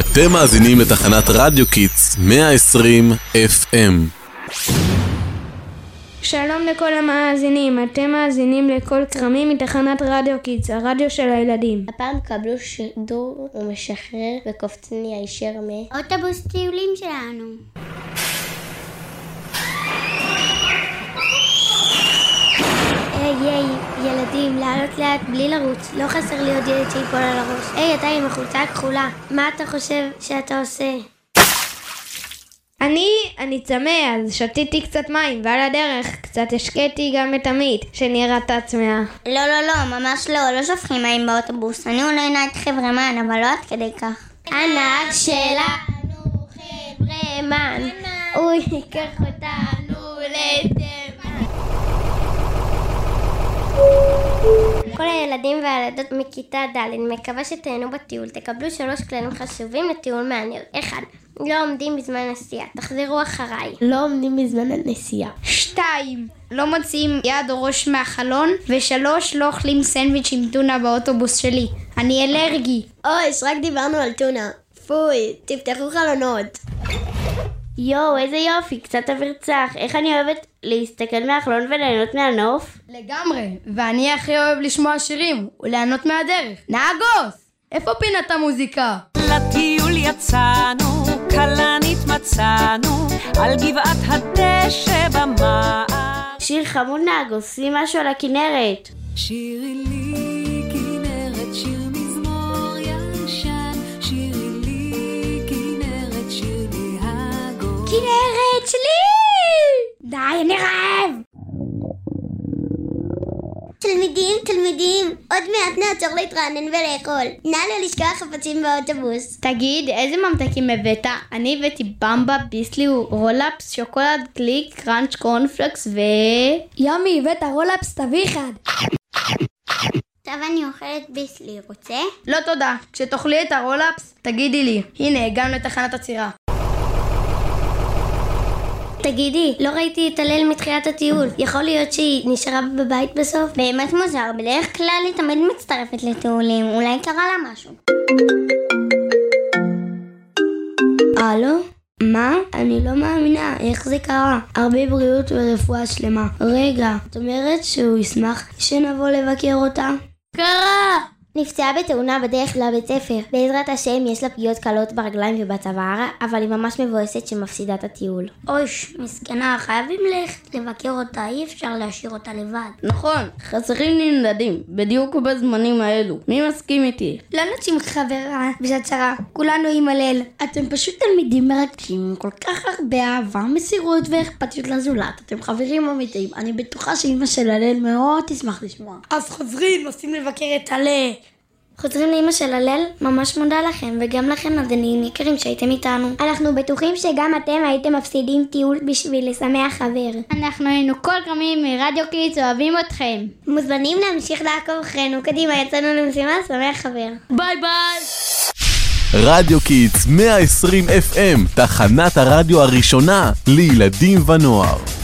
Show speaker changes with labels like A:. A: אתם מאזינים לתחנת רדיו קיטס 120 FM.
B: שלום לכל המאזינים, אתם מאזינים לקול כרמים מתחנת רדיו קיטס, הרדיו של הילדים.
C: הפעם קבלו שידור ומשחרר וקופצים לי הישר מ...
D: אוטובוס טיולים שלנו.
C: היי היי, ילדים, לעלות לאט בלי לרוץ. לא חסר לי עוד ילד שיפול על הראש. היי, אתה עם החולצה הכחולה, מה אתה חושב שאתה עושה?
B: אני, אני צמא, אז שתיתי קצת מים, ועל הדרך קצת השקיתי גם את עמית, שנראתה צמאה.
D: לא, לא, לא, ממש לא, לא שופכים מים באוטובוס. אני
C: לא
D: אולי נהג חברמן, אבל לא עד כדי כך.
C: הנהג שלנו חברמן, הוא ייקח אותנו לתימן. כל הילדים והילדות מכיתה ד' מקווה שתהנו בטיול. תקבלו שלוש כללים חשובים לטיול מעניין. אחד, לא עומדים בזמן נסיעה. תחזרו אחריי. לא עומדים בזמן הנסיעה.
B: שתיים, לא מוציאים יד או ראש מהחלון, ושלוש, לא אוכלים סנדוויץ' עם טונה באוטובוס שלי. אני אלרגי.
C: אוי, שרק דיברנו על טונה. פוי, תפתחו חלונות. יואו, איזה יופי, קצת אוויר צח. איך אני אוהבת להסתכל מהחלון וליהנות מהנוף?
E: לגמרי, ואני הכי אוהב לשמוע שירים וליהנות מהדרך. נהגוס! איפה פינת המוזיקה?
F: לטיול יצאנו, כלנית מצאנו, על גבעת הדשא במער.
C: שיר חמוד נהגוס, שים משהו על הכנרת.
F: שירי לי כנרת, שיר מזמור ישן, שירי לי כנרת, שיר לי הגור.
B: כנרת שלי! די, אני רעב!
C: תלמידים, תלמידים, עוד מעט נעצור להתרענן ולאכול. נא לא לשכוח חפצים באוטובוס.
E: תגיד, איזה ממתקים הבאת? אני הבאתי במבה, ביסלי, רולאפס, שוקולד, גליק, קראנץ', קורנפלקס ו...
B: ימי, הבאת רולאפס, תביא אחד.
D: עכשיו אני אוכלת ביסלי, רוצה?
E: לא תודה, כשתאכלי את הרולאפס, תגידי לי. הנה, הגענו לתחנת עצירה.
C: תגידי, לא ראיתי את הלל מתחילת הטיול. יכול להיות שהיא נשארה בבית בסוף?
D: באמת מוזר, בדרך כלל היא תמיד מצטרפת לטיולים, אולי קרה לה משהו.
C: הלו? מה? אני לא מאמינה, איך זה קרה? הרבה בריאות ורפואה שלמה. רגע, את אומרת שהוא ישמח שנבוא לבקר אותה?
E: קרה!
C: נפצעה בתאונה בדרך לבית ספר. בעזרת השם יש לה פגיעות קלות ברגליים ובצוואר, אבל היא ממש מבואסת שמפסידה את הטיול.
D: אוש, מסכנה, חייבים ללכת לבקר אותה, אי אפשר להשאיר אותה לבד.
E: נכון, חסרים לי נדדים, בדיוק בזמנים האלו. מי מסכים איתי?
B: לא נוציא חברה בשעת צרה, כולנו עם הלל. אתם פשוט תלמידים מרגשים עם כל כך הרבה אהבה, מסירות ואכפתיות לזולת. אתם חברים אמיתיים, אני בטוחה שאימא של הלל מאוד תשמח לשמוע.
E: אז חוזרים, נוסעים לבקר את הלב.
C: חוזרים לאימא של הלל, ממש מודה לכם, וגם לכם נדנים יקרים שהייתם איתנו. אנחנו בטוחים שגם אתם הייתם מפסידים טיול בשביל לשמח חבר.
B: אנחנו היינו כל גרמים מרדיו קיץ, אוהבים אתכם.
C: מוזמנים להמשיך לעקוב אחרינו. קדימה, יצאנו למשימה, שמח חבר.
E: ביי ביי!
A: רדיו קיטס 120 FM, תחנת הרדיו הראשונה לילדים ונוער.